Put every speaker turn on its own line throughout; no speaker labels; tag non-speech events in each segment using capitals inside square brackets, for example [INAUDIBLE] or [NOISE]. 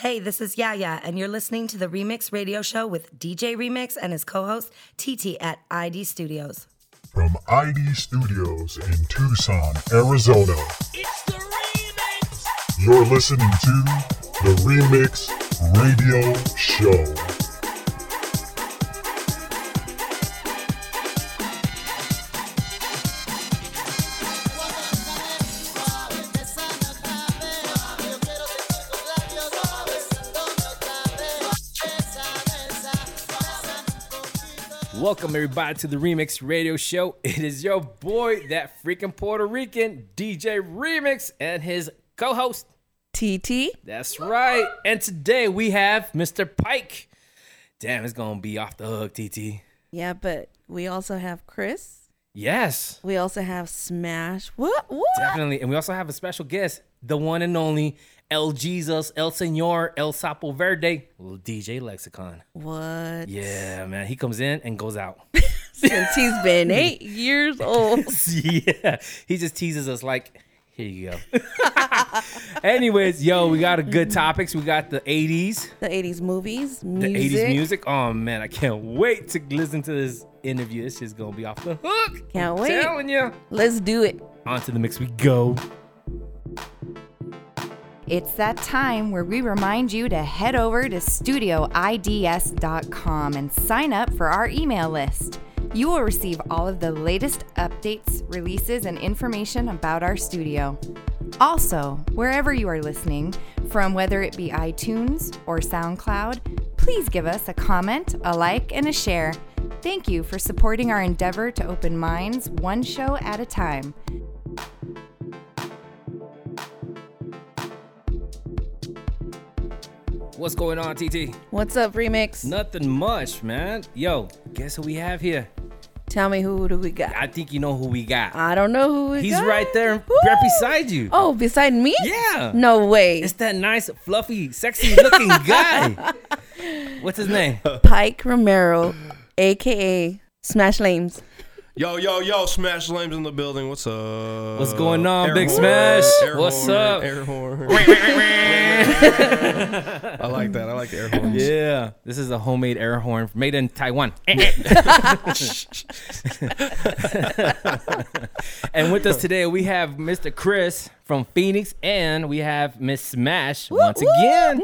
Hey, this is Yaya, and you're listening to the Remix Radio Show with DJ Remix and his co host TT at ID Studios.
From ID Studios in Tucson, Arizona,
It's the remix.
you're listening to the Remix Radio Show.
Welcome everybody to the Remix Radio Show. It is your boy, that freaking Puerto Rican DJ Remix, and his co-host.
TT.
That's right. And today we have Mr. Pike. Damn, it's gonna be off the hook, TT.
Yeah, but we also have Chris.
Yes,
We also have Smash. What? What?
definitely. And we also have a special guest, the one and only El Jesus, El Señor, El Sapo Verde, DJ Lexicon.
What?
Yeah, man. He comes in and goes out.
Since [LAUGHS] he's been
[LAUGHS]
eight years old. [LAUGHS]
yeah, he just teases us like, here you go. [LAUGHS] Anyways, yo, we got a good topics. We got the 80s,
The 80s movies,
the
music.
80s music. Oh man, I can't wait to listen to this interview. This shit's gonna be off the hook.
Can't
I'm
wait.
Telling you.
Let's do it.
On to the mix we go.
It's that time where we remind you to head over to studioids.com and sign up for our email list. You will receive all of the latest updates, releases, and information about our studio. Also, wherever you are listening, from whether it be iTunes or SoundCloud, please give us a comment, a like, and a share. Thank you for supporting our endeavor to open minds one show at a time.
What's going on, TT?
What's up, Remix?
Nothing much, man. Yo, guess who we have here?
Tell me who do we got?
I think you know who we got.
I don't know who Uh, we
He's
got.
right there,
Woo!
right beside you.
Oh, beside me?
Yeah.
No way.
It's that nice, fluffy, sexy
[LAUGHS]
looking guy. What's his name?
Pike Romero, aka Smash Lames.
Yo, yo, yo, Smash Lames in the building. What's up?
What's going on,
Air
Big
horn,
Smash?
air
What's
horn,
up?
Air
[LAUGHS]
horn. I like that. I like the air horns.
Yeah, this is a homemade air horn made in
[LAUGHS]
Taiwan. [LAUGHS] and with us today, we have Mr. Chris from Phoenix, and we have Miss Smash once again.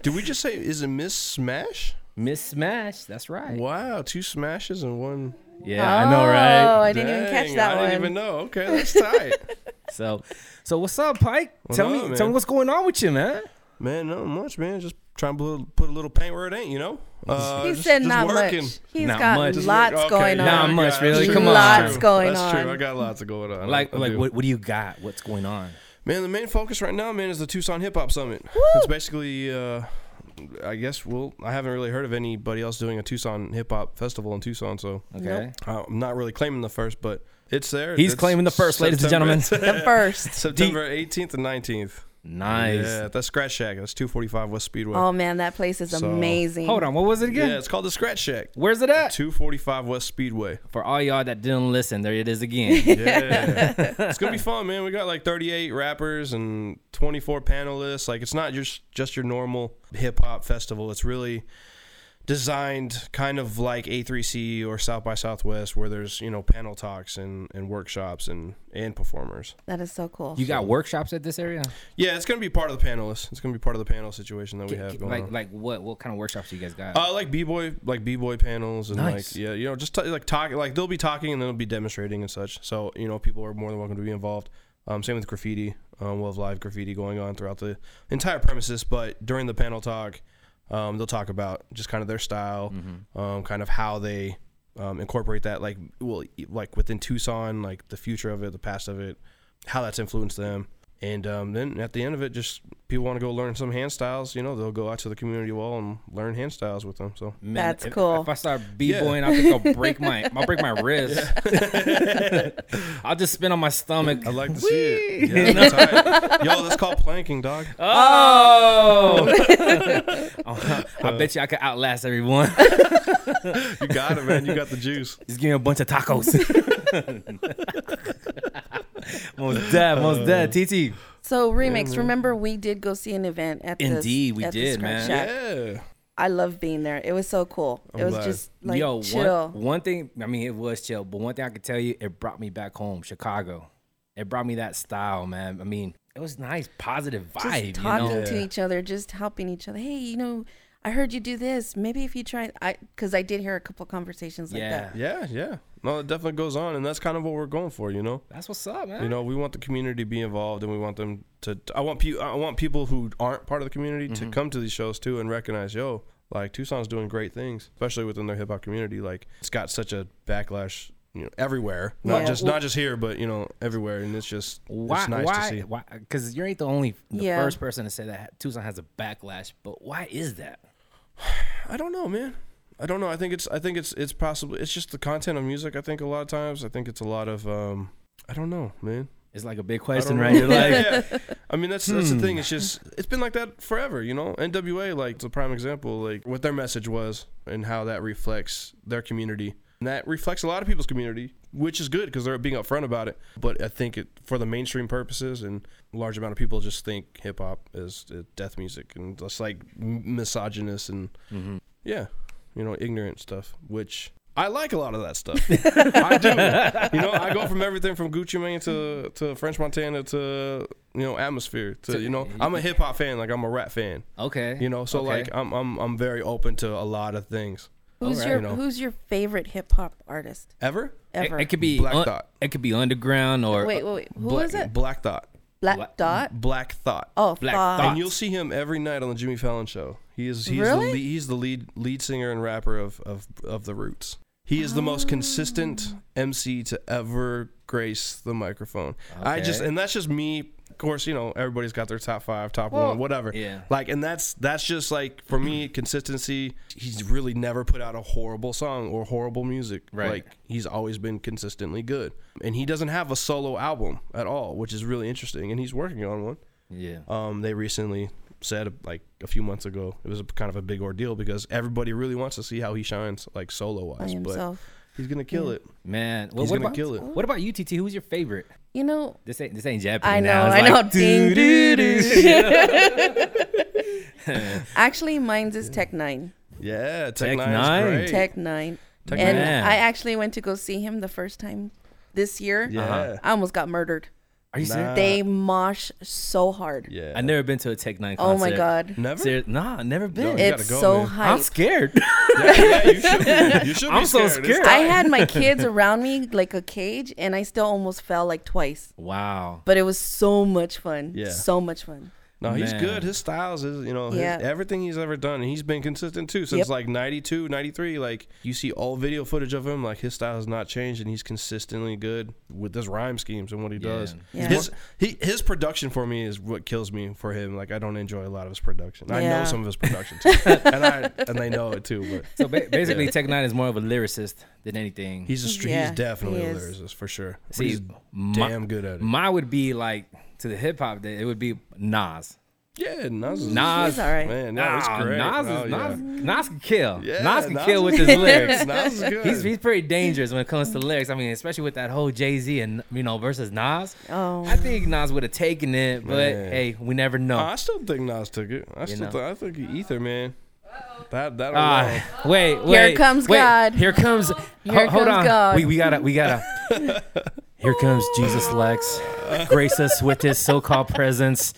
Did we just say, is it Miss Smash?
Miss Smash, that's right.
Wow, two smashes and one.
Yeah, I know, right?
Oh, I didn't even catch
Dang,
that
I
one.
didn't even know. Okay, that's
[LAUGHS]
tight.
So, so what's up, Pike?
What's
tell
up,
me,
man?
tell me what's going on with you, man.
man, not much, man. Just trying to put- put a little paint where it ain't, you know? Uh,
he
just-
said
just
not
working.
much. He's
Not
got
much. Just
lots
Okay,
going
yeah,
on.
Not
I
much,
got-
really.
that's
Come
true.
on.
That's
Lots
true.
going
That's
on.
true. I got lots of going on.
Like,
I
like,
do.
what, what do you got? What's going on?
Man, the main focus right now, man, is the Tucson Hip Hop Summit. It's basically, uh, I guess, well, I haven't really heard of anybody else doing a Tucson Hip Hop Festival in Tucson, so
Okay.
I'm not really claiming the first, but it's there.
He's
It's
claiming the first, ladies and
September- [LAUGHS]
gentlemen. [LAUGHS]
The first.
September 18th and 19th.
Nice.
Yeah, that's Scratch Shack. That's 245 West Speedway.
Oh man, that place is
So-
amazing.
Hold on, what was it again?
yeah, it's called the Scratch Shack.
Where's it at?
245 West Speedway.
For all y'all that didn't listen, there it is
[LAUGHS]
again.
Yeah. it's gonna be fun, man. We got like 38 rappers and 24 panelists. Like it's not just just your normal hip hop festival. It's really designed kind of like A3C or South by Southwest, where there's you know panel talks and and workshops and and performers.
That is so cool.
you got workshops at this area?
Yeah, it's gonna be part of the panelists. It's gonna be part of the panel situation that we have going
like
on.
like what what kind of workshops you guys got?
Uh, like b boy, like b boy panels, and
Nice.
like yeah, you know, just t- like talk, like they'll be talking and then they'll be demonstrating and such. So you know, people are more than welcome to be involved. Um, same with graffiti. Um, we'll have live graffiti going on throughout the entire premises, but during the panel talk, um, they'll talk about just kind of their style, um, kind of how they um, incorporate that, like well, e, like within Tucson, like the future of it, the past of it, how that's influenced them. And um, then at the end of it, just people want to go learn some hand styles. You know, they'll go out to the community wall and learn hand styles with them. So
Man,
That's
if-
cool.
If I start b boying, I think I'll break my I'll break my wrist. [LAUGHS] I'll just spin on my stomach.
I'd like to see it. Yeah, that's [LAUGHS] tight. Yo, that's called planking, dog.
Oh! [LAUGHS] I bet you I could outlast everyone.
[LAUGHS] You got it, man. You got the juice.
Just give me a bunch of [LAUGHS] tacos. most dead, most dead. TT,
So remix. remember, we did go see an event at the
Indeed, we
at the
did,
Scrap
man.
Shack.
Yeah.
I love being there. It was so cool. it was
glad.
just like
Yo,
chill.
One, one thing, I mean, it was chill, but one thing I could tell you, it brought me back home, Chicago. It brought me that style, man. I mean, it was nice, positive
just
vibe, you
talking
know?
to each other, just helping each other. Hey, you know, I heard you do this. Maybe if you try, I because I did hear a couple conversations like
Yeah.
that.
Yeah, yeah. No, it definitely goes on, and that's kind of what we're going for, you know.
That's what's up, man.
You know, we want the community to be involved, and we want them to. I want people. I want people who aren't part of the community to come to these shows too and recognize, yo, like Tucson's doing great things, especially within their hip hop community. Like it's got such a backlash, you know, everywhere. Not
Yeah.
just not just here, but you know, everywhere, and it's just
why?
it's nice
why?
to see.
Why? Because you ain't the only, the
Yeah.
first person to say that Tucson has a backlash. But why is that?
I don't know, man. I don't know. I think it's. I think it's. It's possibly. It's just the content of music. I think a lot of times. I think it's a lot of. um I don't know, man.
It's like a big question,
don't
right? You're
know.
like,
[LAUGHS]
[LAUGHS] Hmm.
Yeah, yeah. I mean, that's that's the thing. It's just it's been like that forever, you know. NWA, like, it's a prime example, like what their message was and how that reflects their community. And that reflects a lot of people's community, which is good because they're being upfront about it. But I think it for the mainstream purposes and a large amount of people just think hip hop is uh, death music and just like m- misogynist and yeah, you know, ignorant stuff, which I like a lot of that [LAUGHS] stuff. I do. You know, I go [LAUGHS] from everything from Gucci Mane to, to French Montana to, you know, atmosphere to, you know, I'm a hip hop fan, like I'm a rap fan.
okay,
You know, so
okay.
like uh, I'm I'm I'm very open to a lot of things.
Who's
Alright.
your
You know.
Who's your favorite hip hop artist
Ever?
it,
ever?
it could be
Black
un-
Thought.
It could be underground or
wait, wait, wait. Who
Black-
was it?
Black Thought.
Black,
Black-
Dot.
Black Thought.
Oh,
Black
fuck.
Thought.
And you'll see him every night on the Jimmy Fallon show. He is he's
Really?
the lead, he's the lead lead singer and rapper of of of the Roots. He is the most consistent
Ah.
MC to ever grace the microphone. I just
Okay.
and that's just me. Of course, you know everybody's got their top five, top one, whatever.
yeah.
Like, and that's that's just like for me consistency. He's really never put out a horrible song or horrible music.
Right.
Like he's always been consistently good, and he doesn't have a solo album at all, which is really interesting. And he's working on one.
yeah.
Um, they recently said like a few months ago it was a, kind of a big ordeal because everybody really wants to see how he shines like solo
By
wise, but
himself.
he's gonna kill it.
Man, well,
He's
what
gonna
about,
kill it.
What about you, TT? Who's your favorite?
You know,
This ain't this ain't Japanese.
I know,
now. It's
I know.
like,
Ding,
doo, doo, doo.
actually, mine's is Tech Nine.
Yeah, Tech,
Tech
Nine's
Nine.
great.
Tech Nine.
Tech
and
Nine.
I actually went to go see him the first time this year.
Yeah,
Uh-huh.
Uh,
I almost got murdered.
[LAUGHS] Are you serious?
They mosh so hard.
yeah.
I've never been to a Tech Nine
Oh
concert.
my god.
Never.
Ser- nah, never been.
You
It's
gotta go,
so
man.
hype.
I'm
[LAUGHS]
scared.
[LAUGHS] yeah, you should.
[LAUGHS]
Be, you should be
I'm so
scared. It's-
scared.
I had
[LAUGHS]
my kids around me like a cage, and I still almost fell like twice.
wow.
But it was so much fun.
Yeah.
So much fun.
No, he's
Man.
good. His styles is, you know, his,
Yeah.
everything he's ever done. And he's been consistent too since
Yep.
like 92, 93. Like, you see all video footage of him. Like, his style has not changed and he's consistently good with his rhyme schemes and what he does.
Yeah.
His, he, his production for me is what kills me for him. Like, I don't enjoy a lot of his production. I
Yeah.
know some of his
[LAUGHS]
production too. and, I, and they know it too. But
So ba-
[LAUGHS]
basically, Tech Nine is more of a lyricist than anything.
he's a str-
Yeah,
he's definitely
he
a
is.
lyricist for sure. But
See,
he's
my-
damn good at it.
Mine would be like to the hip hop day. It would be Nas.
yeah, Nas is.
Nas.
He's all right.
Man, no, it's
Nah,
great.
Nas,
Oh,
is,
yeah.
Nas, Nas can kill.
Yeah,
Nas can
[LAUGHS] Nas
kill with
is-
his lyrics.
Nas is good.
He's, he's pretty dangerous when it comes to lyrics. I mean, especially with that whole Jay Z and you know versus Nas.
Oh.
I think Nas would have taken it, but
Man.
hey, we never know.
I still think Nas took it. I
know.
still think I think he Ether man. That that
Ah, wait, wait.
comes
wait,
God.
Here comes.
Here
ho- hold
comes
on.
God.
We, we gotta. We gotta. [LAUGHS] here comes Jesus Lex. Grace us with his so-called presence,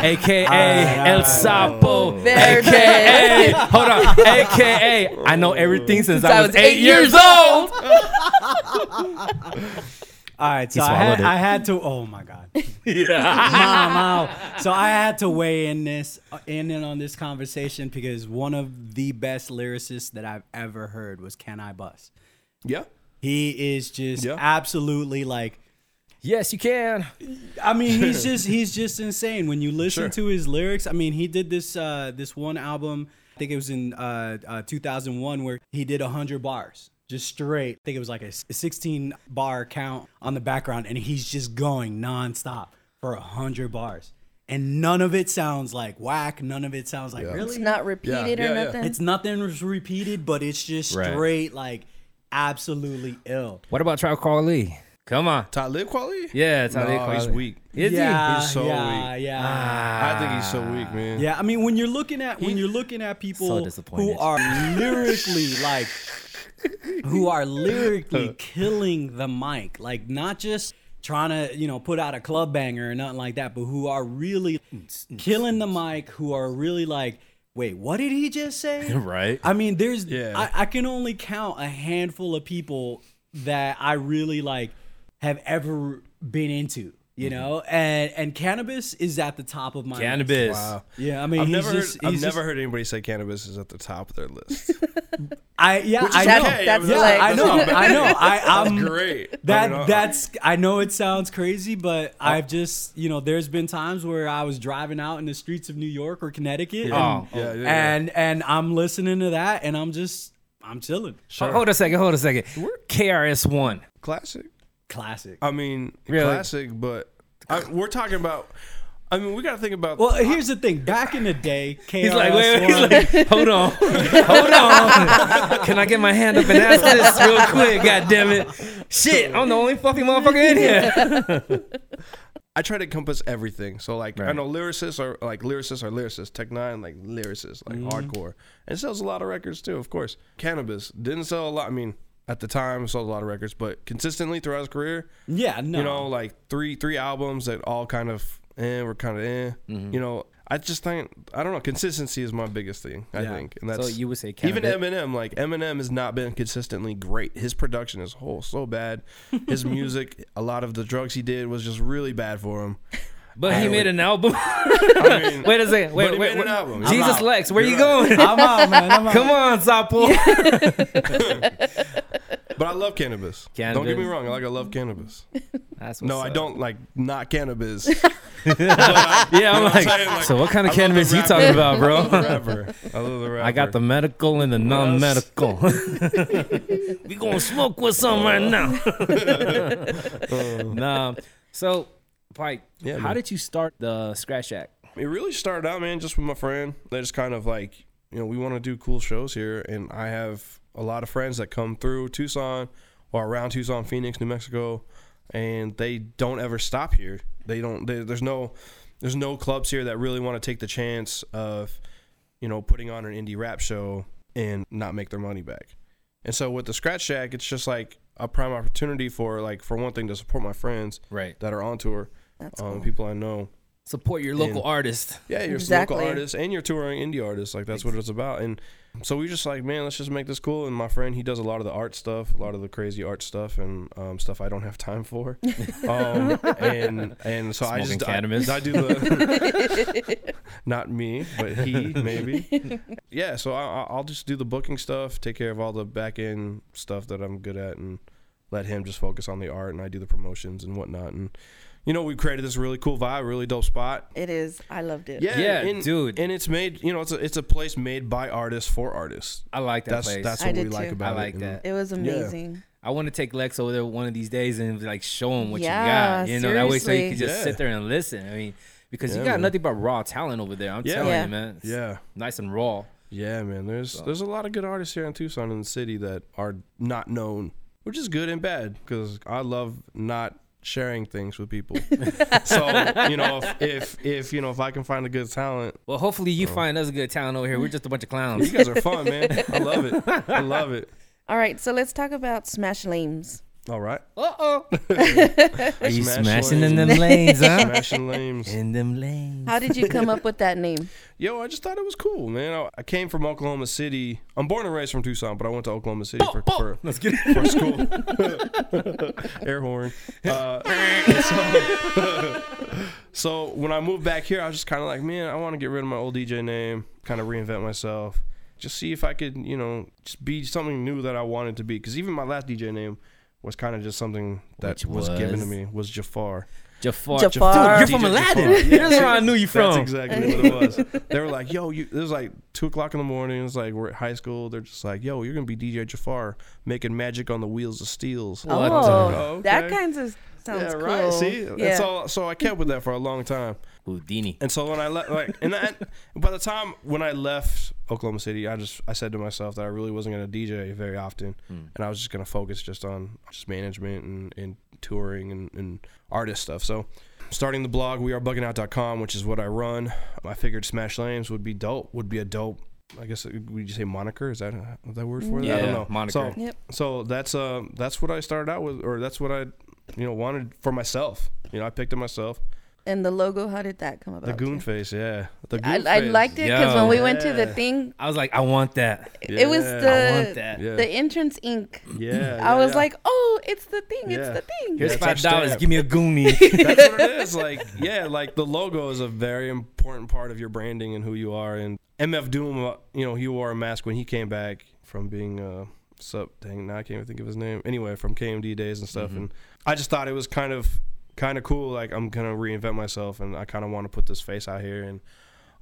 aka
Ah,
El Sapo.
There it is.
Hey, hold on. AKA, I know everything since, I, was eight, years, old.
All right, so I
swallowed
had,
it.
I had to. Oh my god. Mom, ow. So I had to weigh in this in and on this conversation because one of the best lyricists that I've ever heard was Can I Bust.
yeah.
He is just
Yeah.
absolutely like
Yes, you can.
I
[LAUGHS]
mean, he's just he's just insane. When you listen
Sure.
to his lyrics, I mean, he did this uh, this one album. I think it was in uh, uh, 2001 where he did 100 bars just straight. I think it was like a s- 16 bar count on the background, and he's just going nonstop for 100 bars, and none of it sounds like whack. None of it sounds like really.
It's not repeated
yeah,
or
yeah.
nothing.
It's nothing was repeated, but it's just
Right.
straight like absolutely ill.
What about Tribe Called Lee? Come on.
Talib Kweli?
Yeah, it's
no,
Talib
he's
Kweli.
weak.
Is
yeah,
He's so
yeah,
weak. Ah.
yeah.
I think
Ah,
he's so weak, man.
Yeah, I mean when you're looking at when you're looking at
So
people
disappointed.
who are lyrically like who
[LAUGHS]
are lyrically killing the mic, like not just trying to, you know, put out a club banger or nothing like that, but who are really killing the mic, who are really like, wait, what did he just say?
he? [LAUGHS] Right.
I mean, there's
Yeah.
I, I can only count a handful of people that I really like have ever been into, you
Mm-hmm.
know, and and cannabis is at the top of my
Cannabis.
Wow.
Yeah, I mean,
I've
he's
never,
just,
heard, I've
he's
never
just-
heard anybody say cannabis is at the top of their
[LAUGHS]
list.
I yeah, I
That's-
know.
okay. that's
yeah,
like-
I know.
That's not
I know.
bad. [LAUGHS]
I,
That's
I'm
great. I
That
mean, I-
that's I know it sounds crazy,
Oh.
but I've just you know there's been times where I was driving out in the streets of New York or Connecticut,
Oh.
and,
Yeah, yeah, yeah.
and and I'm listening to that, and I'm just I'm chilling.
Ho- Hold a second. Hold a second. KRS One.
classic.
Classic.
I mean,
Really?
classic, but I, we're talking about. I mean, we got to think about.
Well, here's the thing. Back in
[LAUGHS]
the day, KRS
He's like, wait, wait,
One,
he's like, hold on, [LAUGHS] hold on. Can I get my hand up and ask this real quick? God damn it! Shit, I'm the only fucking motherfucker in here.
I try to encompass everything. So like I
Right.
know lyricists are like lyricists are lyricists. Tech Nine like lyricists, like hardcore, and it sells a lot of records too. Of course, Cannabis didn't sell a lot. I mean, at the time, it sold a lot of records, but consistently throughout his career,
[LAUGHS] yeah, no,
you know, like three three albums that all kind of eh, were kind of eh.
Mm-hmm.
You know, I just think I don't know. Consistency is my biggest thing. I
Yeah.
think, and that's
So you would say
even
cannabis-
Eminem. Like Eminem has not been consistently great. His production is whole so bad.
[LAUGHS]
His music, a lot of the drugs he did was just really bad for
[LAUGHS]
him.
But he made an album. [LAUGHS]
I mean,
wait a second.
But
Wait,
he
wait,
made
wait.
an album.
Jesus
out.
Lex, where you
You're out.
going? [LAUGHS]
I'm out,
[LAUGHS]
man. I'm out.
Come on, Zappo.
but I love cannabis. Don't get me
Cannabis.
wrong. Like I love
[LAUGHS]
cannabis.
That's what's
No, I
up.
don't like not cannabis.
[LAUGHS]
But I-
Yeah, I'm like,
saying, like,
so what kind
I
of
love
cannabis
the
you talking about,
rapper. I love [LAUGHS] the
bro?
rapper. I love the rapper.
I got the medical and the
[LAUGHS]
non-medical. we gonna smoke with some right
[LAUGHS]
now. nah. So, Pike,
Yeah,
how
man.
did you start the Scratch Act?
It really started out, man, just with my friend. They just kind of like, you know, we want to do cool shows here, and I have a lot of friends that come through Tucson or around Tucson, Phoenix, New Mexico, and they don't ever stop here. They don't. They, there's no, there's no clubs here that really want to take the chance of, you know, putting on an indie rap show and not make their money back. And so with the Scratch Shack, it's just like a prime opportunity for like for one thing to support my friends
Right.
that are on tour, um, people I know.
Support your local artist.
Yeah, you're
Exactly.
local artists and you're touring indie artists. Like that's what it's about. And so we just like, man, let's just make this cool. And my friend, he does a lot of the art stuff, a lot of the crazy art stuff, and um, stuff I don't have time for. Um, and and so I
Smoking
just I-
cannabis.
I, do the [LAUGHS] not me, but he maybe. Yeah, so I, I- I'll just do the booking stuff, take care of all the back end stuff that I'm good at, and let him just focus on the art, and I do the promotions and whatnot. And you know, we created this really cool vibe, really dope spot.
It is. I loved it.
Yeah,
Yeah,
and,
dude.
And it's made, you know, it's a it's a place made by artists for artists.
I like that
that's
place.
that's
I
what we
did
like
too.
about
I like
it.
that.
It was amazing.
I want to take Lex over there one of these days and like show him what
Yeah,
you got. You know, that way so you can
seriously.
just
Yeah.
sit there and listen. I mean, because you
Yeah,
got
man.
nothing but raw talent over there. I'm
Yeah.
telling
Yeah.
you, man. It's
Yeah.
Nice and raw.
Yeah, man. There's there's a lot of good artists here in Tucson in the city that are not known, which is good and bad because I love not sharing things
[LAUGHS]
with people. so you know, if, if if you know if I can find a good talent,
Well, hopefully you find us a good talent over here. We're just a bunch of
you [LAUGHS]
clowns.
guys are fun, man. I love it. I love it.
All right, so let's talk about Smash Lames. [LAUGHS]
All right,
[LAUGHS] Uh-oh. He's
Smash
smashing in [LAUGHS]
lanes.
them lanes, huh?
smashing lames.
In them lanes.
How did you come
[LAUGHS]
up with that name?
Yo, I just thought it was cool, man. I, I came from Oklahoma City. I'm born and raised from Tucson, but I went to Oklahoma City for, for, for school. [LAUGHS] Air horn. Uh, and so, [LAUGHS] so when I moved back here, I was just kind of like, man, I want to get rid of my old DJ name, kind of reinvent myself, just see if I could, you know, just be something new that I wanted to be. Because even my last DJ name was kind of just something that
Which
was, given
was?
to me was Jafar.
Jafar.
Jafar.
Dude, you're from
DJ Jafar.
Aladdin. That's where I knew you from.
[LAUGHS] That's exactly what it was. They were like, "Yo, you." It was like two o'clock in the morning. It's like we're at high school. They're just like, "Yo, you're gonna be DJ Jafar making magic on the wheels of steels."
What
oh,
the-
Oh,
that
okay.
kind of sounds
yeah,
cool.
right. See,
yeah.
that's all. So I kept with that for a long time.
Houdini.
And so when I left, like, and I, by the time when I left Oklahoma City, I just I said to myself
Hmm.
that I really wasn't gonna DJ very often, and I was just gonna focus just on just management and, and touring and, and artist stuff. So starting the blog, wearebuggingout.com, which is what I run. I figured Smash Lames would be dope, would be a dope, I guess, uh, would you say moniker? Is that uh, is that word for it? I
Yeah,
don't know.
moniker.
So,
Yep.
so that's, uh, that's what I started out with, or that's what I, you know, wanted for myself. You know, I picked it myself.
And the logo, how did that come about?
The goon
too?
face, yeah. The
I,
goon
I
face.
liked it because
Yo.
when we went to the
Yeah.
thing,
I was like, I want that.
it was
Yeah.
the
I want that.
Yeah.
the entrance ink.
Yeah. yeah,
I was
yeah.
like, oh, it's the thing.
Yeah.
It's the thing.
Here's
Yeah, it's our
five dollars.
stamp.
Give me a [LAUGHS] goonie.
That's what it
[LAUGHS]
is. Like, yeah, like the logo is a very important part of your branding and who you are. And MF Doom, uh, you know, he wore a mask when he came back from being uh sub. Dang, now I can't even think of his name. Anyway, from KMD days and stuff. And I just thought it was kind of, kind of cool. Like, I'm gonna reinvent myself, and I kind of want to put this face out here. And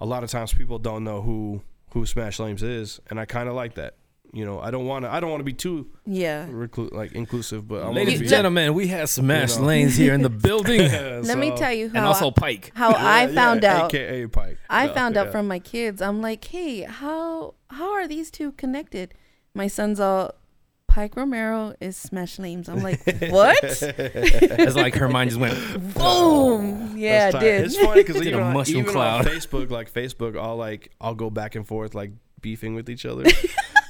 a lot of times people don't know who who Smash Lames is, and I kind of like that. You know, I don't want to. I don't want to be too
Yeah.
reclu- like inclusive, but I want
Ladies
to
and
be.
gentlemen, we have Smash
You know.
Lanes here in the building,
[LAUGHS]
[LAUGHS]
Yeah,
Let me
so-
tell you how
and also Pike.
[LAUGHS]
how I
Yeah,
found
yeah,
out.
AKA Pike.
I
Yeah,
found out
yeah.
from my kids. I'm like, hey, how how are these two connected? My son's all Pike Romero is Smash Lames. I'm
[LAUGHS]
like, what?
It's like her mind just [LAUGHS] went.
Boom. Yeah,
That's
it
tight.
did.
It's funny
[LAUGHS]
because
Did a
even, on,
mushroom
even
cloud.
on Facebook, like Facebook, I'll like I'll go back and forth like beefing with each
[LAUGHS]
other,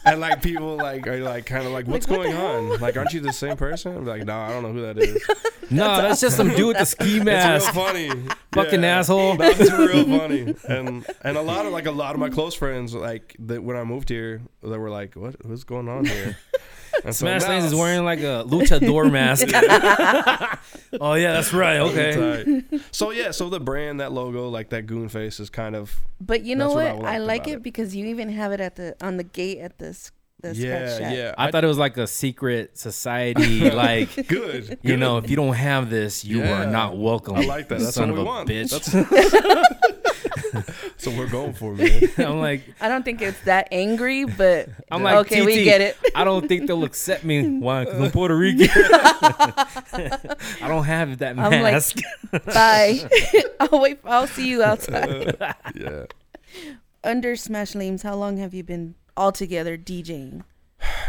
and like people like are like kind of like what's
what the
going on? Like aren't you the same person? I'm like nah, I don't know who
[LAUGHS]
that is.
No, that's just some dude with the ski
It's real
mask.
funny,
Fucking
Yeah.
asshole. [LAUGHS]
That's
[LAUGHS]
real funny, and and a lot of like a lot of my close friends like that when I moved here, they were like, what what's going on
[LAUGHS]
here? And so
Smash
now-
Lanes is wearing like a luchador mask. [LAUGHS] oh yeah, that's right. Okay.
[LAUGHS]
Tight. So yeah, so the brand, that logo, like that goon face, is kind of
But you know
That's what I
what? I,
liked
like
about
it,
it.
because you even have it at the on the gate at the, s- the scratch
yeah,
shop.
yeah.
I thought it was like a secret society, like
good.
you know, if you don't have this, you are
Yeah.
not welcome.
I like that. That's [LAUGHS]
son
what
of
we
a
want.
bitch.
So we're going for man.
[LAUGHS] I'm like,
I don't think it's that angry,
[LAUGHS]
but
I'm like,
okay, we
"TT,
get it.
I don't think they'll accept me. Why? 'Cause I'm
[LAUGHS]
Puerto
[LAUGHS]
Rican. I don't have that
I'm like-
mask.
Bye. [LAUGHS] I'll wait. I'll see you outside.
[LAUGHS] Yeah.
Under Smash Lames, how long have you been all together DJing?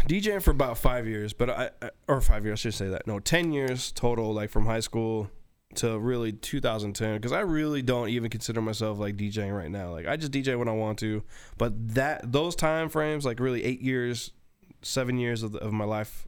DJing for about five years, but I I- or five years, I should say that. No, ten years total, like from high school to really 2010. Because I really don't even consider myself like DJing right now. Like I just DJ when I want to. But that those time frames, like really eight years, seven years of, the, of my life,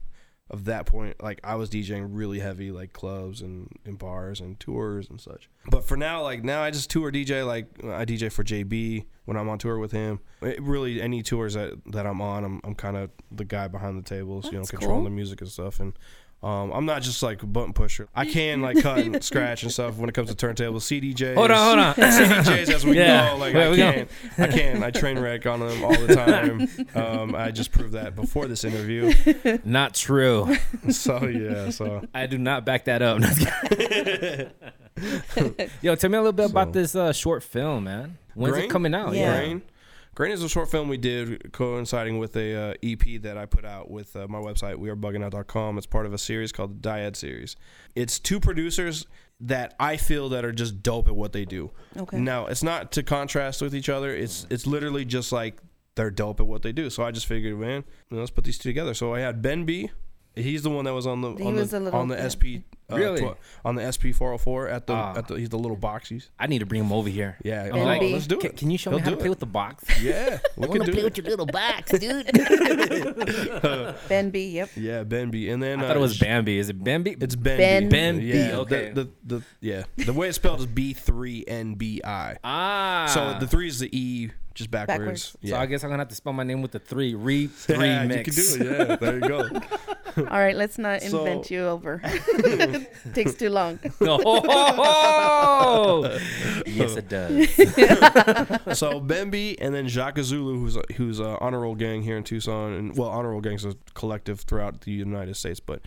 of that point, like I was DJing really heavy, like clubs and, and bars and tours and such. But for now, like now I just tour DJ, like I DJ for JB when I'm on tour with him. It- really, any tours that, that I'm on, I'm, I'm kind of the guy behind the tables, you know, controlling the music and stuff. And um, I'm not just like a button pusher. I can like
[LAUGHS]
cut and scratch and stuff when it comes to turntables, CDJs.
Hold on, hold on. [LAUGHS]
[LAUGHS]
CDJs as we
Yeah.
go. Like
Wait,
I
we
can't, I can't. I train wreck on them all the
[LAUGHS]
time. Um, I just proved that before this interview. [LAUGHS]
Not true.
So yeah, so.
I do not back that up. [LAUGHS] Yo, tell me a little bit about this uh, short film, man. When's
Grain?
it coming out?
Yeah.
Grain. Grain is a short film we did coinciding with a uh, EP that I put out with uh, my website, wearebuggingout.com. It's part of a series called the Dyad Series. It's two producers that I feel that are just dope at what they do.
Okay.
Now, it's not to contrast with each other. It's it's literally just like they're dope at what they do. So I just figured, man, you know, let's put these two together. So I had Ben B. He's the one that was on the
He
on the,
was a little-
on the
yeah.
SP uh,
Really?
tw- on the SP 404 at the
Ah.
at the he's the little boxies.
I need to bring him over here.
Yeah,
I'm
oh,
like,
let's do it.
Can, can you show
He'll
me how
do
to play
it.
with the box?
Yeah, [LAUGHS] we can do it.
Ben B. Yep.
[LAUGHS] Yeah, Benby, and then
I thought it was
Ben.
Bambi. Is it Bambi?
It's Benby.
Ben.
Benby,
Yeah,
okay.
The, the, the, yeah, the way it's spelled is B three N B I.
ah.
So the three is the E just backwards.
Backwards.
Yeah.
So I guess I'm gonna have to spell my name with the three. Re three
[LAUGHS] yeah,
mix. [LAUGHS]
you can do it. Yeah, there you go.
All right, let's not
So-
invent you
[LAUGHS]
over. [LAUGHS] Takes too long.
No. yes, it does.
so Bembe and then Jacques Zulu, who's a, who's a honor roll gang here in Tucson, and well, honor roll gangs a collective throughout the United States, but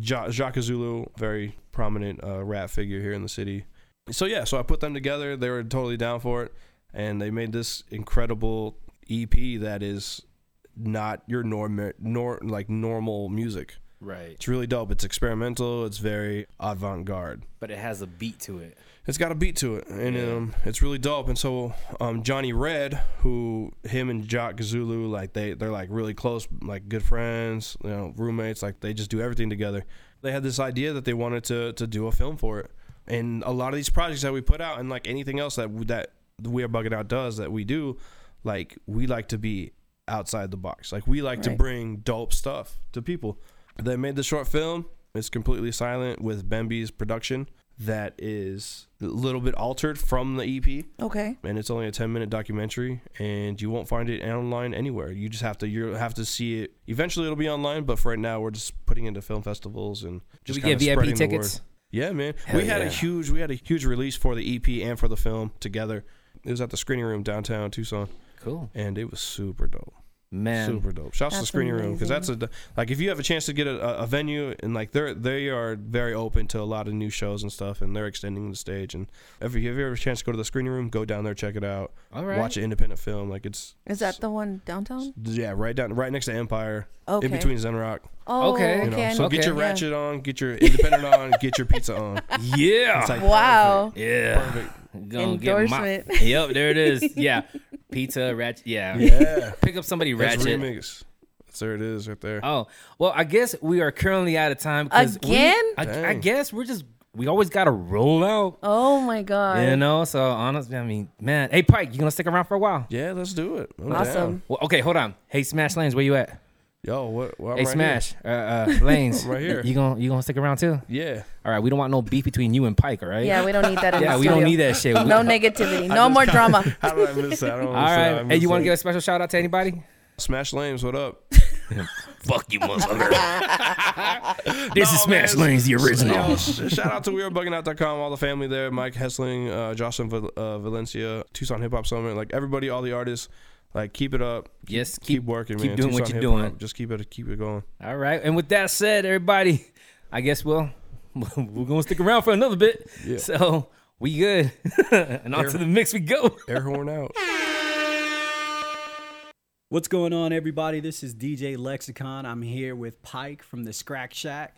Ja- Jacques Zulu, very prominent uh, rap figure here in the city. So yeah, so I put them together. They were totally down for it, and they made this incredible EP that is not your norm, nor like normal music.
Right,
It's really dope. It's experimental. It's very avant garde
but it has a beat to it.
it's got a beat to it, and um, it's really dope. And so um, Johnny Red, who him and Jock Zulu, like they they're like really close, like good friends, you know, roommates. Like they just do everything together. they had this idea that they wanted to to do a film for it. And a lot of these projects that we put out, and like anything else that that we are bugging out does that we do, like we like to be outside the box. Like we like to
Right.
bring dope stuff to people. They made the short film. It's completely silent with Bembe's production that is a little bit altered from the EP
Okay.
and it's only a 10 minute documentary and you won't find it online anywhere you just have to you have to see it eventually it'll be online but for right now we're just putting it into film festivals and
Did
just
we get
kinda
VIP
spreading the word.
tickets?
yeah man
Hell
we had a
yeah.
huge we had a huge release for the ep and for the film together it was at the screening room downtown tucson
Cool.
and it was super dope
Man.
super dope shouts to
That's
screening room because that's
amazing.
a like if you have a chance to get a, a- a venue and like they're they are very open to a lot of new shows and stuff and they're extending the stage and if you have ever a chance to go to the screening room go down there check it out
All right.
watch an independent film. Like it's
Is that the one downtown?
yeah, right down right next to Empire.
Okay.
In between Zen Rock.
Oh,
Okay.
okay.
You know.
I
so
know.
get your
Yeah.
ratchet on, get your independent on, get your pizza
[LAUGHS]
on.
Yeah.
It's like
Wow.
yeah. Gonna get my- [LAUGHS]
Endorsement.
yep, there it
[LAUGHS]
is. Yeah. Pizza, ratchet. Yeah.
Yeah.
Pick up somebody
That's
ratchet.
remix. That's there it is right there.
Oh, well, I guess we are currently out of time. 'cause we-
Again?
I, I
Dang.
guess we're just, we always got to roll out.
Oh my god.
You know, so honestly, I mean, man. Hey, Pike, you gonna stick around for a while?
Yeah, let's do it. I'm
Awesome.
down.
Well, okay, hold on. Hey, Smash Lanes, where you at?
Yo, what, what
hey,
right
Smash uh, uh, Lanes,
[LAUGHS] I'm right here.
You gonna you gonna stick around too?
here?
All right, we don't want no beef between you and Pike, all right?
Yeah, we don't need that. In
yeah,
the
we don't
studio.
need that shit. We-
[LAUGHS] No negativity. No
[LAUGHS]
more drama.
Yeah. [LAUGHS] How did I miss that? I don't
All right. Hey, you want to give a special shout out to anybody?
a Smash Lames, what up?
[LAUGHS] Fuck you, motherfucker. this is Smash
man.
Lanes, the
Yo,
original.
sh- shout out to WeAreBuggingOut.com, all the family there, Mike Hessling, uh, Jocelyn Val- uh, Valencia, Tucson Hip Hop Summit, like everybody, all the artists, like keep it up,
Yes,
keep,
keep
working,
keep
man.
doing what
Tucson
you're
hip-hop,
doing.
Just keep it, keep
[LAUGHS]
it going.
All right, and with that said, everybody, I guess we'll [LAUGHS] we're gonna stick around for another bit. So we good, [LAUGHS] and on to the mix we go.
Air horn out.
What's going on, everybody? This is DJ Lexicon. I'm here with Pike from the Scrack Shack.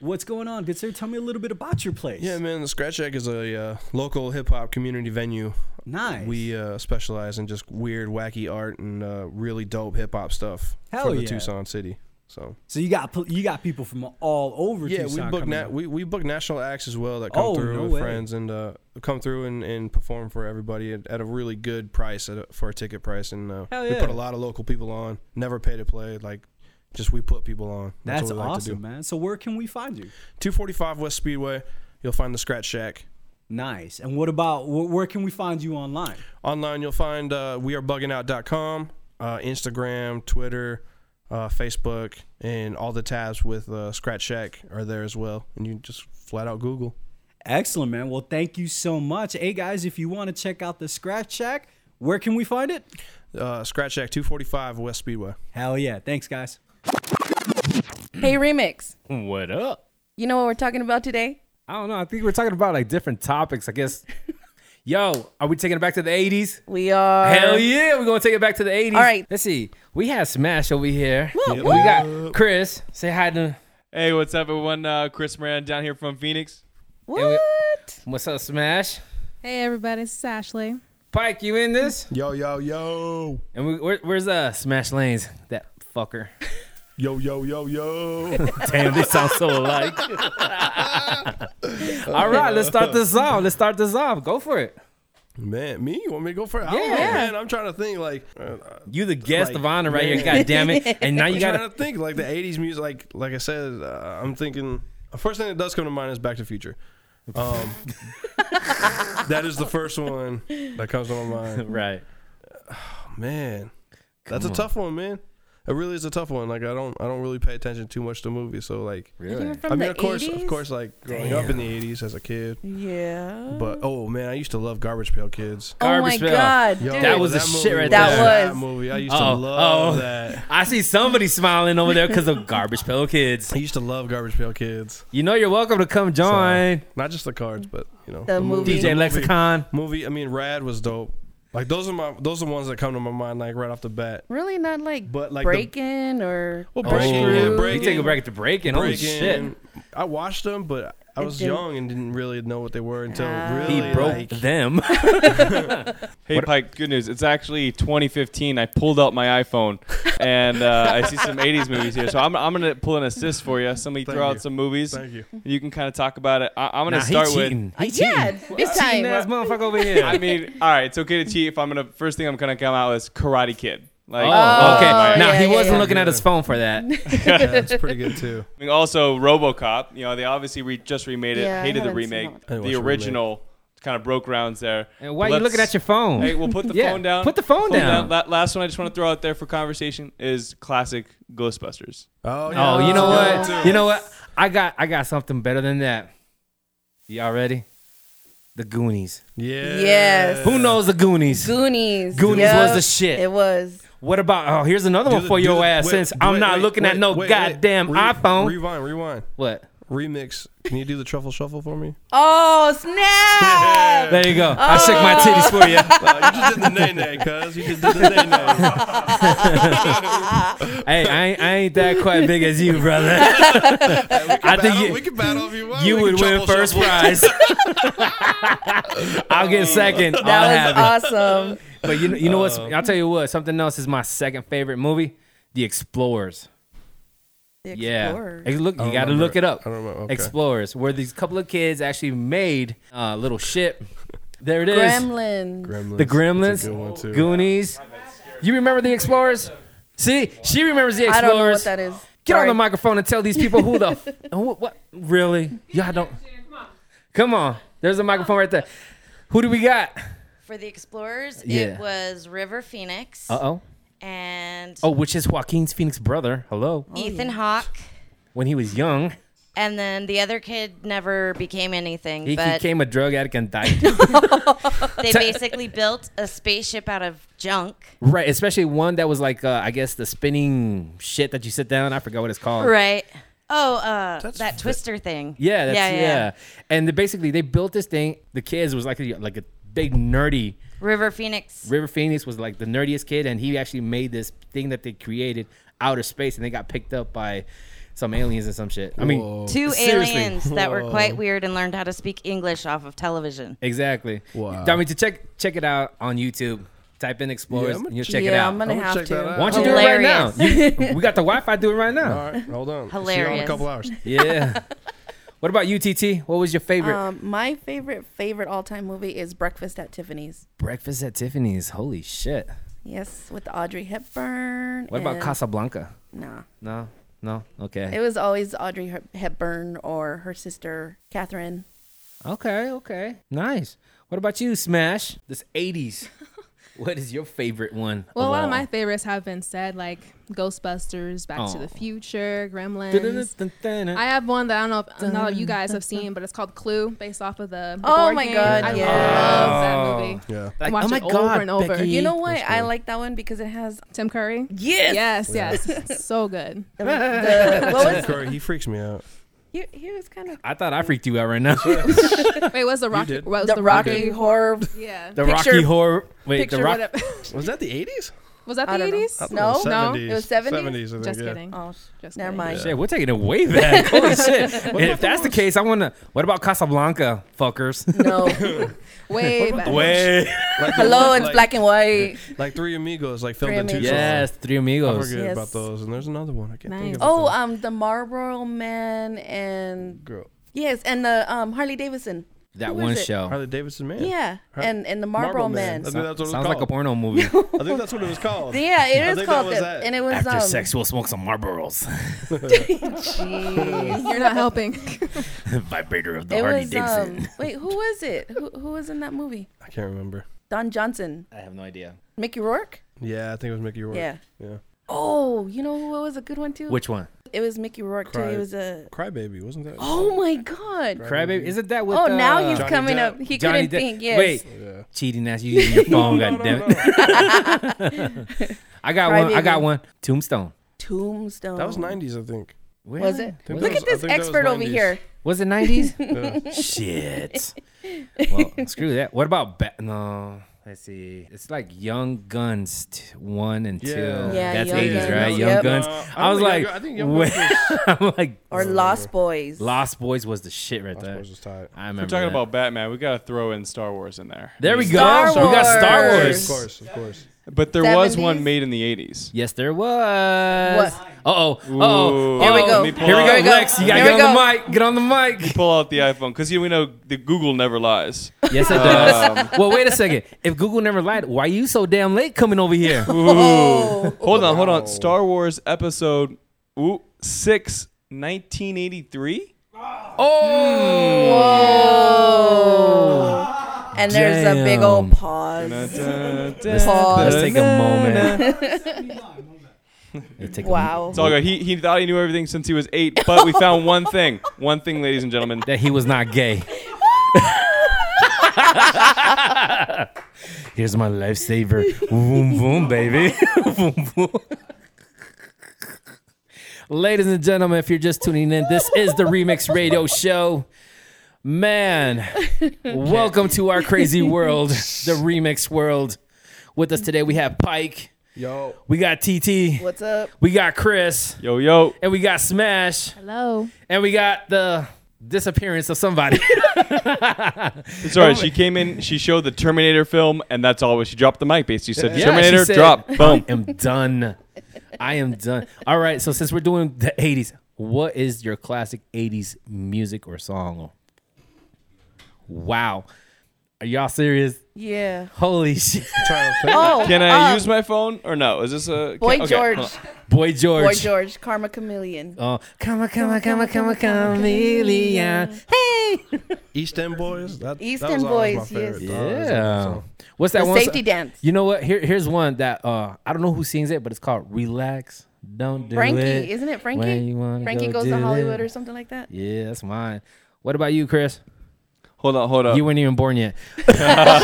What's going on, good sir? Tell me a little bit about your place.
Yeah, man. The Scratch Shack is a uh, local hip hop community venue.
nice.
We uh, specialize in just weird, wacky art and uh, really dope hip hop stuff
Hell
for the
yeah.
Tucson city. So
so you got pl- you got people from all over.
yeah,
Tucson
we book
coming
na-
out.
we we book national acts as well that come
Oh,
through
no
with
way.
friends and uh, come through and, and perform for everybody at, at a really good price at a, for a ticket price and uh,
Hell
we put
yeah.
a lot of local people on. Never pay to play, like just we put people on. That's,
That's
what we like to
awesome,
do.
man. So where can we find you?
Two forty five West Speedway. You'll find the Scratch Shack.
Nice. And what about wh- where can we find you online?
Online, you'll find uh, wearebuggingout.com, uh, Instagram, Twitter, uh, Facebook, and all the tabs with uh, Scratch Shack are there as well. And you just flat out Google.
Excellent, man. Well, thank you so much. Hey guys, if you want to check out the Scratch Shack, where can we find it?
Uh, Scratch Shack, 245 West Speedway.
Hell yeah. Thanks, guys.
Hey, remix.
What up?
You know what we're talking about today?
I don't know. I think we're talking about like different topics. I guess. [LAUGHS] Yo, are we taking it back to the '80s?
We are.
Hell yeah, we're gonna take it back to the '80s.
All right.
let's see. We had Smash over here. And We got Chris. Say hi to.
Hey, what's up, everyone? Uh, Chris Moran down here from Phoenix.
What?
What's up, Smash?
Hey everybody, it's Ashley.
Pike, you in this?
Yo, yo, yo.
And we, where, where's uh Smash Lanes? That fucker.
Yo, yo, yo, yo.
[LAUGHS] Damn, they sound so alike. [LAUGHS] All right, let's start this off. Let's start this off. Go for it.
man, me? You want me to go first? I don't
Yeah.
know, man. I'm trying to think, like, uh,
You the guest
Like,
of honor right here.
man.
God damn it! And now [LAUGHS] you
I'm
gotta.
trying to think, like, the 80s music, like, like I said, uh, I'm thinking, the first thing that does come to mind is Back to the Future. [LAUGHS] Um, that is the first one that comes to my mind.
Right.
man that's a tough one man it really is a tough one like i don't i don't really pay attention too much to movies so like
Really?
From
i mean
the
of course
80s?
of course like growing up in the 80s as a kid
Yeah.
but oh man i used to love garbage pail kids
oh my
Garbage Pail.
god, dude.
That was the shit
movie
right
was-
there. That
that
was.
movie i used to
Oh,
love
oh.
that
I see somebody smiling over there because of Garbage Pail Kids.
i used to love garbage pail kids
You know you're welcome to come join
not just the cards but you know
The movie.
movies,
DJ
movie.
Lexicon.
movie i mean rad was dope like those are my those are the ones that come to my mind like right off the bat
really not like,
But, like, the-
breaking or
well
Oh,
breaking
yeah,
and
You
breaking
take a break to breaking. Holy shit!
Breaking. I watched them, but I was
didn't- Ah.
young and didn't really know what they were until
He
really
broke
like,
them.
Hey, Pike, good news. It's actually 2015. I pulled out my iPhone and uh, I see some 80s movies here. So I'm, I'm going to pull an assist for you. Somebody
Thank
throw
you.
out some movies.
[LAUGHS]
Thank you.
You can kind of talk about it. I, I'm going
Nah,
to
he
start with.
cheating. He cheating.
yeah, this time.
Cheating ass motherfucker
[LAUGHS]
over here.
I mean, all right, it's okay to cheat if I'm gonna. First thing I'm gonna come out with is Karate Kid. Like,
Oh, okay.
yeah,
now he
yeah,
wasn't
yeah.
looking at his phone for
[LAUGHS]
that.
yeah, that's pretty good too.
I mean, also RoboCop. You know, they obviously re- just remade it.
Yeah, I
hated the
haven't seen that
remake.
one.
I watched
The
the remake.
original kind of broke grounds there.
And why are you
Let's-
looking at your phone?
Hey, we'll put the
Yeah,
phone down.
put the phone down.
La- last one I just want to throw out there for conversation is classic Ghostbusters.
Oh, yeah,
oh, you know
that's
what?
good,
You know what? I got I got something better than that. Y'all ready? The Goonies.
too. Yeah.
Yes.
Who knows the Goonies?
Goonies.
Goonies was the shit.
It was.
What about? Oh, here's another
Do
one
the-
for
do
your
the-
ass.
wait,
since
wait,
I'm not
wait,
looking at
wait,
no
wait, wait.
goddamn
Re-
iPhone.
Rewind, rewind.
what?
Remix. Can you do the truffle shuffle for me?
Oh
[LAUGHS]
snap!
There you go. I
Oh.
shook my titties for you.
Uh, you just did the nay nay, cuz. You just did the nay nay.
hey, I ain't, I ain't that quite big as you,
[LAUGHS]
brother. I think you-
[LAUGHS] we can battle if you want.
you
We
would
can
win
truffle
first
shuffle. [LAUGHS]
prize. I'll get second. I'll have
that
it.
was awesome.
But you know, you know what's?
Um,
I'll tell you what. Something else is my second favorite movie, The Explorers.
The
Yeah,
Explorer.
Hey, look,
I
you
don't
got to
remember
look
it.
it up.
I don't remember- okay.
Explorers, where these couple of kids actually made a little ship. There it is.
Gremlins.
Gremlins.
The
That's a good one,
Gremlins,
too.
Goonies. You remember the Explorers? See, she remembers the
I
Explorers.
don't know what that is.
Get
Sorry.
on the microphone and tell these people who [LAUGHS] the f- who, what really y'all don't. Come on, there's a microphone right there. Who do we got?
For the Explorers,
Yeah.
it was River Phoenix
Uh oh.
and
Oh, which is Joaquin Phoenix' brother. Hello.
Ethan Hawke.
When he was young,
And then the other kid never became anything,
he
but
became a drug addict and [LAUGHS] died. [LAUGHS]
they basically built a spaceship out of junk.
right, especially one that was like, uh, I guess, the spinning shit that you sit down. I forgot what it's called.
Right. Oh, uh, that twister thing.
Yeah, that's, yeah, And they basically they built this thing. The kids was like a, like a big nerdy.
River Phoenix.
River Phoenix was like the nerdiest kid, and he actually made this thing that they created outer space, and they got picked up by some aliens and some shit. I mean,
Two
seriously.
aliens that were quite weird and learned how to speak English off of television.
Exactly.
Wow.
I mean, to check check it out on YouTube. Type in Explorers,
Yeah, I'm
and you'll
gonna
check
yeah,
it out.
I'm gonna
I'm gonna
have
check
to.
that out.
Why don't you do it
[LAUGHS]
right now? You- we got the Wi-Fi. Do it right now.
All [LAUGHS] right, hold on. See y'all in a
Hilarious.
couple hours.
[LAUGHS]
Yeah. what about you, TT? What was your favorite?
Um, my favorite favorite all time movie is Breakfast at Tiffany's.
Breakfast at Tiffany's. Holy shit.
Yes, with Audrey Hepburn.
What about
and-
Casablanca?
Nah,
No, no.
it
Okay.
was always Audrey Hep- Hepburn or her sister Catherine.
Okay. Okay. Nice. What about you, Smash? This '80s. [LAUGHS] what is your favorite one?
Well, a lot
all?
of my favorites have been said, like Ghostbusters, Back to
Oh.
the Future, Gremlins. I
Dun-dun-dun-dun-dun.
have one that I don't know if not you guys have seen, but it's called Clue, based off of the. the
Oh
board
my
game.
God,
I
yeah.
love that movie.
Yeah.
I
Like,
watch
oh my
it over
God,
and over.
Becky.
You
You know
[LAUGHS] That's
what? I
good.
like that one because it has
Tim Curry.
yes.
Yes, yes, so good.
The, what was
Corey, he freaks me out.
he, he was kind of
I thought I freaked you out
[LAUGHS]
right now.
Wait, what's the Rocky?
did.
What was
the, Rocky
Rocky?
Horror.
Yeah.
the
Picture-
Rocky Horror. Wait,
Picture
the Rock.
whatever.
[LAUGHS]
Was that the 80s?
Was that the
I don't know.
eighties?
No,
no.
It was 70s?
70s, I think,
Just
yeah.
kidding.
Oh,
Just
never
kidding.
mind.
Shit, we're taking it way
[LAUGHS]
back. Holy shit. And if that's the case, I want to. What about Casablanca, fuckers?
[LAUGHS] [LAUGHS] No.
Way back.
Way.
[LAUGHS]
Like the-
Hello, it's
like-
black and white.
Like Three Amigos, like filmed
Three
in Tucson.
Amigos.
Yes, Three
I
Amigos.
forget
Yes.
about those. And there's another one. I can't
Nice.
think of
Oh, uh,
it.
um, the Marlboro Man and
Girl.
yes, and the um Harley Davidson.
That
Who is
one
it?
show.
Harley Davidson Man.
Yeah,
Har-
and and the Marlboro,
Marlboro Man.
Man.
That's- I think what it was
Sounds like a
called.
[LAUGHS]
porno movie.
I think that's what it was called.
Yeah,
I
it is
think
called
that was
that,
that.
and it was
After
um, [LAUGHS]
sex, we'll smoke some Marlboros.
You're not
[LAUGHS]
helping.
[LAUGHS] Vibrator of the
It
Harley
was
Davidson.
um. Wait, who was it? Who who was in that movie?
I can't remember.
Don Johnson,
I have no idea.
Mickey Rourke.
Yeah, I think it was Mickey Rourke.
Yeah.
Yeah.
Oh, you know who was a good one too?
Which one?
It was Mickey Rourke too.
Cry-
It was a.
Crybaby, wasn't that?
Oh my God.
Crybaby? Isn't that what?
Oh, now he's
Johnny
coming
Depp.
up. He
uh, Johnny
couldn't
Depp-
think. Yes.
Wait,
Yeah.
cheating ass! You using your phone?
No,
God
no,
damn
no.
it! I got one. I got
Crybaby.
one. Tombstone.
Tombstone.
[LAUGHS] That was 90s, I think.
Where?
Was it?
think
Look at
that was- I
this
think that was
expert over
90s.
here.
Was it
[LAUGHS]
nineties?
Yeah.
Shit. Well, screw that. What about Bat? No, Let's see. It's like Young Guns t- one and two.
Yeah. Yeah,
That's
Young
eighties,
Guns.
right? Young
Yep.
Guns.
Uh,
I,
I
was
don't
like,
think Young Gu-
[LAUGHS]
I think Young
wait-
Guns was-
I'm like,
Or Lost Boys.
Lost Boys was the shit right there. I
If
remember.
We're talking
that.
about Batman. We gotta throw in Star Wars in there.
There we go. Star We got Star
Of
Wars. Wars.
course, of course. But there was one
70s?
made in the eighties.
Yes, there was.
What?
Uh oh. Uh oh.
Ooh. Here we go.
Here we go, Lex. You gotta get on the mic. Get on the mic.
You pull out the iPhone because you we know the Google never lies.
[LAUGHS] [LAUGHS] Yes, it does. well, wait a second. If Google never lied, why are you so damn late coming over here?
Ooh. Hold on, hold on. Star Wars episode ooh, 6, 1983?
Whoa. And there's a big old
Damn.
pause.
Let's-
Pause.
let's take a
[LAUGHS] Let's take a
wow.
It's all good. He, he thought he knew everything since he was eight, but we found one thing. One thing, ladies and gentlemen.
That he was not gay. Here's my lifesaver. Boom, boom, baby. [LAUGHS] Vroom, vroom. Ladies and gentlemen, if you're just tuning in, this is the Remix Radio Show.
[LAUGHS]
Man, welcome to our crazy world, the remix world. With us today, we have Pike.
Yo.
We got TT.
What's up?
We got Chris.
Yo, yo.
And we got Smash.
Hello.
And we got the disappearance of somebody.
[LAUGHS] It's all right. She came in, she showed the Terminator film, and that's all. She dropped the mic, basically. She said,
Yeah, she
Terminator,
said,
drop.
[LAUGHS]
[LAUGHS]
Boom.
I am done. I am done. All right. So since we're doing the '80s, what is your classic '80s music or song? Wow. Are y'all serious?
Yeah.
Holy [LAUGHS] shit. [LAUGHS]
Oh,
Can I
um,
use my phone or no? Is this a.
Boy
okay,
George.
hold on.
Boy George.
Boy George, Karma Chameleon.
Oh, come on, come on, come on, come on, chameleon. Hey.
East End Boys. That,
East
that was
End
always my
Boys,
favorite,
yes.
though. That was
Yeah.
awesome.
What's that
The
one? so-
safety dance.
You know what? Here, here's one that uh, I don't know who sings it, but it's called "Relax." Don't do
Frankie,
it.
isn't it Frankie?
when you wanna
Frankie
go
goes to
do
Hollywood
it.
or something like that.
Yeah, that's mine. What about you, Chris?
Hold on, hold on.
You weren't even born yet.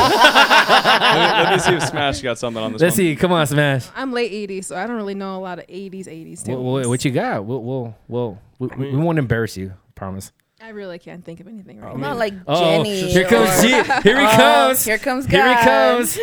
let, me, let me see if Smash got something on this
Let's
one.
see. Come on, Smash.
I'm late 80s, so I don't really know a lot of 80s, 80s.
What,
tunes.
what, what you got? Whoa, whoa, whoa. We, we- we won't embarrass you. Promise.
I really can't think of anything right now.
Not like
Oh,
Jenny.
here comes
or-
G. Here he
Oh,
comes.
Here comes God.
Here he
[LAUGHS]
comes.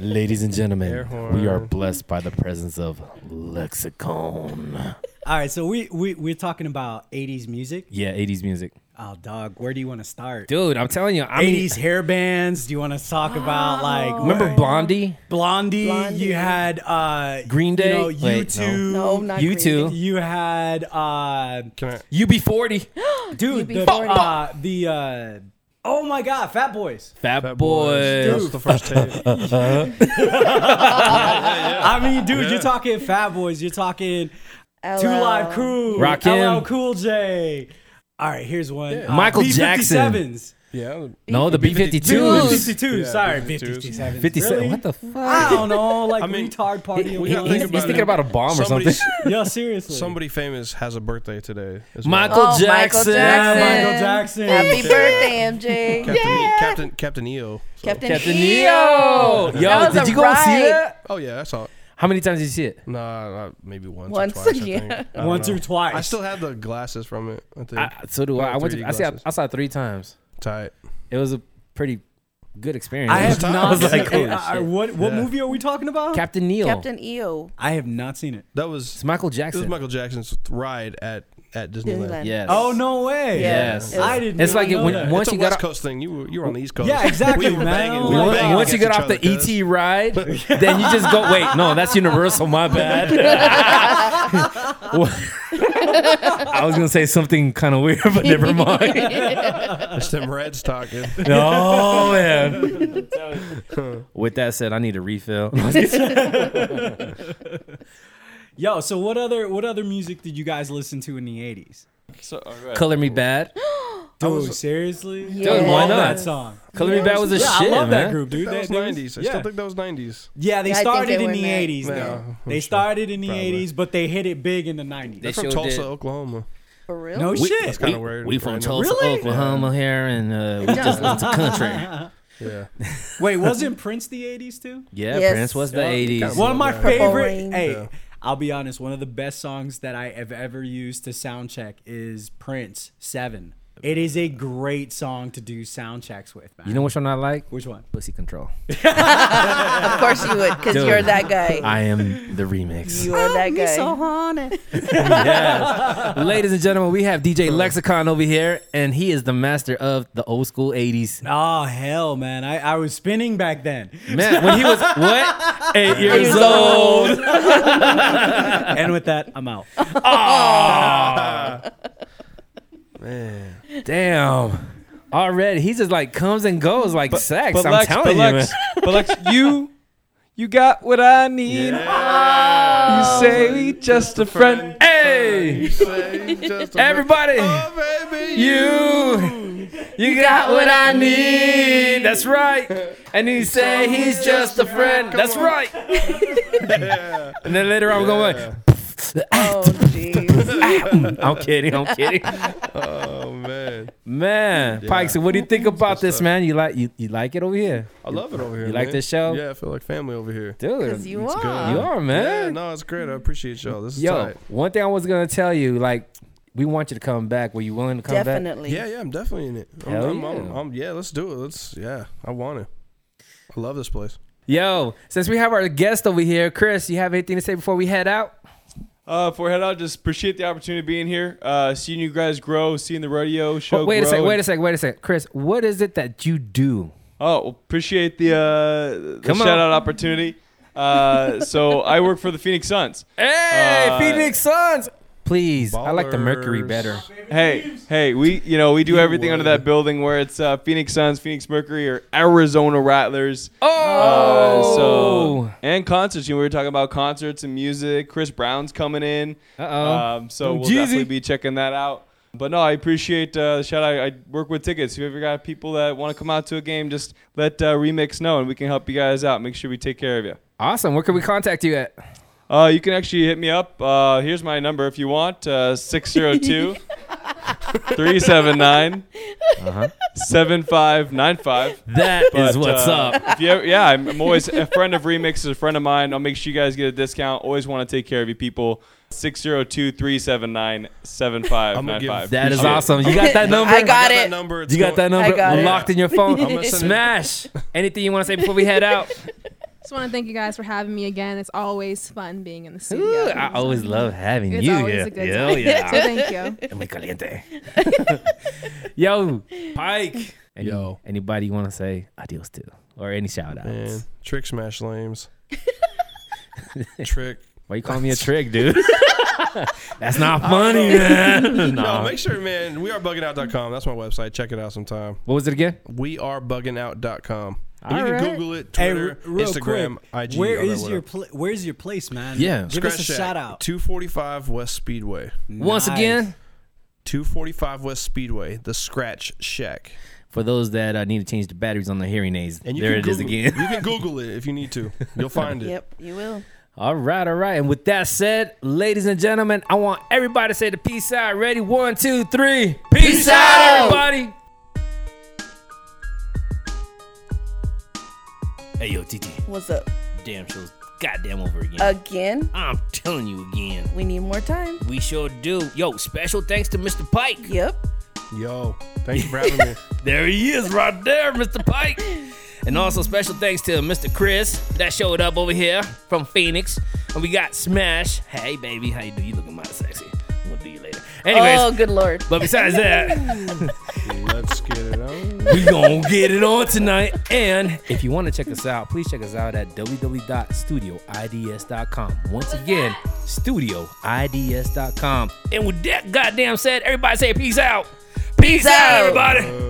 Ladies and gentlemen,
Air
we are blessed by the presence of Lexicon.
All right, so we, we, we're talking about 80s music.
Yeah, 80s music.
Oh, dog, where do you want to start?
Dude, I'm telling you, I mean,
80s hair bands. Do you want to talk about like
remember Blondie?
Blondie,
Oh, Blondie.
You had uh,
Green Day?
You know,
Wait,
U2.
No, not
You
Green
two.
You had uh,
Can I-
UB40.
dude the
UB40.
uh, the uh, oh my god,
[LAUGHS]
Fat Boys.
Fat,
Fat Boys.
Boys.
That's the
[LAUGHS]
first tape.
[LAUGHS] I mean, dude, you're talking Fat Boys. You're talking
LL.
Two Live Crew,
Rakim.
LL Cool J. all right, here's one.
Michael Jackson.
B57s.
Yeah.
No, the B52s.
B52s. Sorry,
B52s.
57s.
57.
Really?
What the fuck?
I don't know, like
I mean,
retard
He-
party.
he-
or
he's,
whatever.
think
he's
about
thinking
it.
about a bomb or something.
Somebody's-
yeah, seriously.
[LAUGHS] Somebody famous has a birthday today. as well.
Michael
Oh, Michael
Jackson.
Yeah,
Jackson.
Michael Jackson.
Happy birthday, MJ.
Captain, E- Captain Captain EO.
Oh,
so-
Captain, E
Captain E
EO.
EO. Yo,
That was
did
a
you go and see
ride.
that?
Oh yeah, I saw it.
How many times did you see it?
Nah, nah, maybe once.
Once,
or twice,
[LAUGHS] yeah.
I think. I don't
Once
know.
or twice.
I still have the glasses from it. I think.
I, so do I. I went. To,
3D
I, see, I,
glasses.
I saw it three times.
Tight.
It was a pretty good experience.
I
[LAUGHS]
have
I
not. [LAUGHS]
was like,
seen-
holy
I- I-
shit.
what what
Yeah.
movie are we talking about?
Captain Neil.
Captain E EO.
I have not seen it.
That was
It's Michael
it was
Jackson.
Michael Jackson's ride at at Disneyland.
Disneyland.
Yes.
Oh no way!
Yes.
I didn't.
It's like it- when-
that.
once
it's a
you got
West
up-
Coast thing. You were, you were on the East Coast.
Yeah, exactly,
We were
man.
banging-
Oh
we
my
were
God.
banging
Once you get
against
off the E
each other,
ET ride, [LAUGHS] then you just go. Wait, no, that's Universal. My
[LAUGHS]
bad. [LAUGHS] I was gonna say something kind of weird, but never mind.
[LAUGHS] cuz. It's them Reds talking.
[LAUGHS] No
[LAUGHS]
man. With that said, I need a refill. [LAUGHS]
Yo, so what other what other music did you guys listen to in the eighties?
So, all right.
Color me bad.
Dude, seriously?
Dude,
why
Love
not?
That song.
Color me bad was a
yeah,
shit,
I love
man.
that group, dude.
That was
They- they
90s. I
yeah.
still think that was 90s.
Yeah, they
Yeah, I think
started
they
in
were
the
mad.
eighties.
Yeah,
though.
I'm
They
sure.
started in the
Probably.
eighties, but they hit it big in the nineties.
They
They're
sure
from Tulsa,
did.
Oklahoma.
For real?
No
We-
shit.
kinda
we,
weird.
we from
Random.
Tulsa,
Really?
Oklahoma here, and uh, we just listen to country.
Yeah. [LAUGHS]
Wait, wasn't Prince the eighties too?
Yeah,
Yes.
Prince was the
Yeah, kinda
'80s.
One of my
Purple
favorite.
Rain.
Hey,
Yeah.
I'll be honest. One of the best songs that I have ever used to sound check is Prince Seven. It is a great song to do sound checks with, man.
You know which one I like?
[LAUGHS] Which one?
Pussy Control.
of course you would, because
Dude,
you're that guy.
[LAUGHS] I am the remix.
you are that guy. Oh,
yes. [LAUGHS] Ladies and gentlemen, we have DJ Lexicon over here, and he is the master of the old school 80s.
Oh hell, man! I, I was spinning back
[LAUGHS]
then,
Man, when
[LAUGHS]
he was, what? Eight years,
years
old.
and with that, I'm out.
Man.
Damn. Already, he just like comes and goes like sex. I'm telling you.
Lex,
man.
but Lex, you, you got what I need.
[LAUGHS]
You say we just a friend. Oh.
Hey, everybody,
Oh,
you, you got what I need. That's right. And he say he's just a friend. That's [LAUGHS] right. And then later on, we're going. Like,
Oh,
[LAUGHS]
jeez.
I'm kidding. I'm [LAUGHS] kidding.
Oh man,
Man, Pike. So, what do you think about this, man? You like you, you like it over here,
I love it over here.
You like
man.
this show?
Yeah, I feel like family over here.
dude?
'Cause you
it's
are.
good. You are,
Yeah,
man.
no, it's great. I appreciate y'all. This is
Yo,
tight.
one thing I was gonna tell you, like, we want you to come back. Were you willing to come back?
Definitely.
Yeah, yeah, I'm definitely in it. I'm,
Hell
I'm- I'm-
yeah.
I'm- yeah, let's do it. Let's. Yeah, I want it. I love this place.
Yo, since we have our guest over here, Chris, you have anything to say before we head out?
Uh, before I head out, just appreciate the opportunity of being here. Uh, seeing you guys grow, seeing the rodeo show.
Oh, wait a
grow
sec.
and-
Wait a sec. Wait a sec. Chris, what is it that you do?
Oh, well, appreciate the, uh, the
Come on.
shout out opportunity. Uh, so I work for the Phoenix Suns.
Hey,
Uh,
Phoenix Suns. Please, I like the Mercury
Ballers.
better.
Hey, hey, we you know we do everything under that building where it's uh, Phoenix Suns, Phoenix Mercury, or Arizona Rattlers. Uh,
Oh,
so and concerts. You know, we were talking about concerts and music. Chris Brown's coming in.
Uh-oh.
Um, so we'll
Jeezy.
definitely be checking that out. But no, I appreciate uh, the shout out. I work with tickets. If you ever got people that want to come out to a game, just let uh, Remix know and we can help you guys out. Make sure we take care of you.
awesome. Where can we contact you at?
Uh, you can actually hit me up. Uh, here's my number if you want uh, 602 379 7595.
Uh-huh. That is
But, uh, If you ever, yeah, I'm, I'm always a friend of Remix is a friend of mine. I'll make sure you guys get a discount. Always want to take care of you people. 602 379 7595.
That is
Appreciate it.
awesome. You got [LAUGHS] that number?
I got
that
it.
number. It's
You got that
going-
number
got it.
locked in your phone.
gonna send it.
Smash. Anything you want to say before we head
[LAUGHS]
out?
Just want to thank you guys for having me again. It's always fun being in the studio.
Ooh, I always love having
It's
you
always
here.
a good
Hell
time.
yeah.
[LAUGHS] So thank you.
[LAUGHS] Muy
[LAUGHS]
caliente. Yo, Pike. Any, Yo. Anybody you want to say adios to or any shout outs?
Man, trick smash
[LAUGHS]
lames. trick.
Why you calling me a trick, dude? [LAUGHS] That's
[LAUGHS]
not funny, [LAUGHS] man.
No,
Uh-huh.
no.
make sure, man. We are bugging That's my website. Check it out sometime.
What was it again?
We are bugging And
All
you can
right.
Google it,
Hey,
Twitter,
r- real
Instagram,
quick,
IG.
Where
all that,
is your
whatever.
pla- Where's your place, man?
Yeah.
give us a
Scratch that.
shout out.
245 West Speedway.
Once
Nice.
again,
245 West Speedway, the Scratch Shack.
for those that uh, need to change the batteries on the hearing aids,
And you
there
can
it is
Google
again.
You can Google it if you need
[LAUGHS]
to. You'll find it.
Yep, you will.
All right, all right. And with that said, ladies and gentlemen, I want everybody to say the peace out. Ready? One, two, three. Peace, out, everybody. Hey, yo, TT.
What's up?
Damn show's goddamn over again.
Again?
I'm telling you again.
We need more time.
We sure do. Yo, special thanks to Mr. Pike.
Yep.
Yo, thanks for having
[LAUGHS]
me.
There he is, right there, Mr. Pike. And also special thanks to Mr. Chris that showed up over here from Phoenix. And we got Smash. Hey, baby, how you do? You looking mighty sexy. We'll do you later. Anyways,
oh, good lord.
but besides that,
Let's get it on.
we gonna get it on tonight. And if you want to check us out, please check us out at www.studioids.com. Once again, studioids.com. And with that goddamn said, everybody say peace out. Peace, out,
out.
everybody.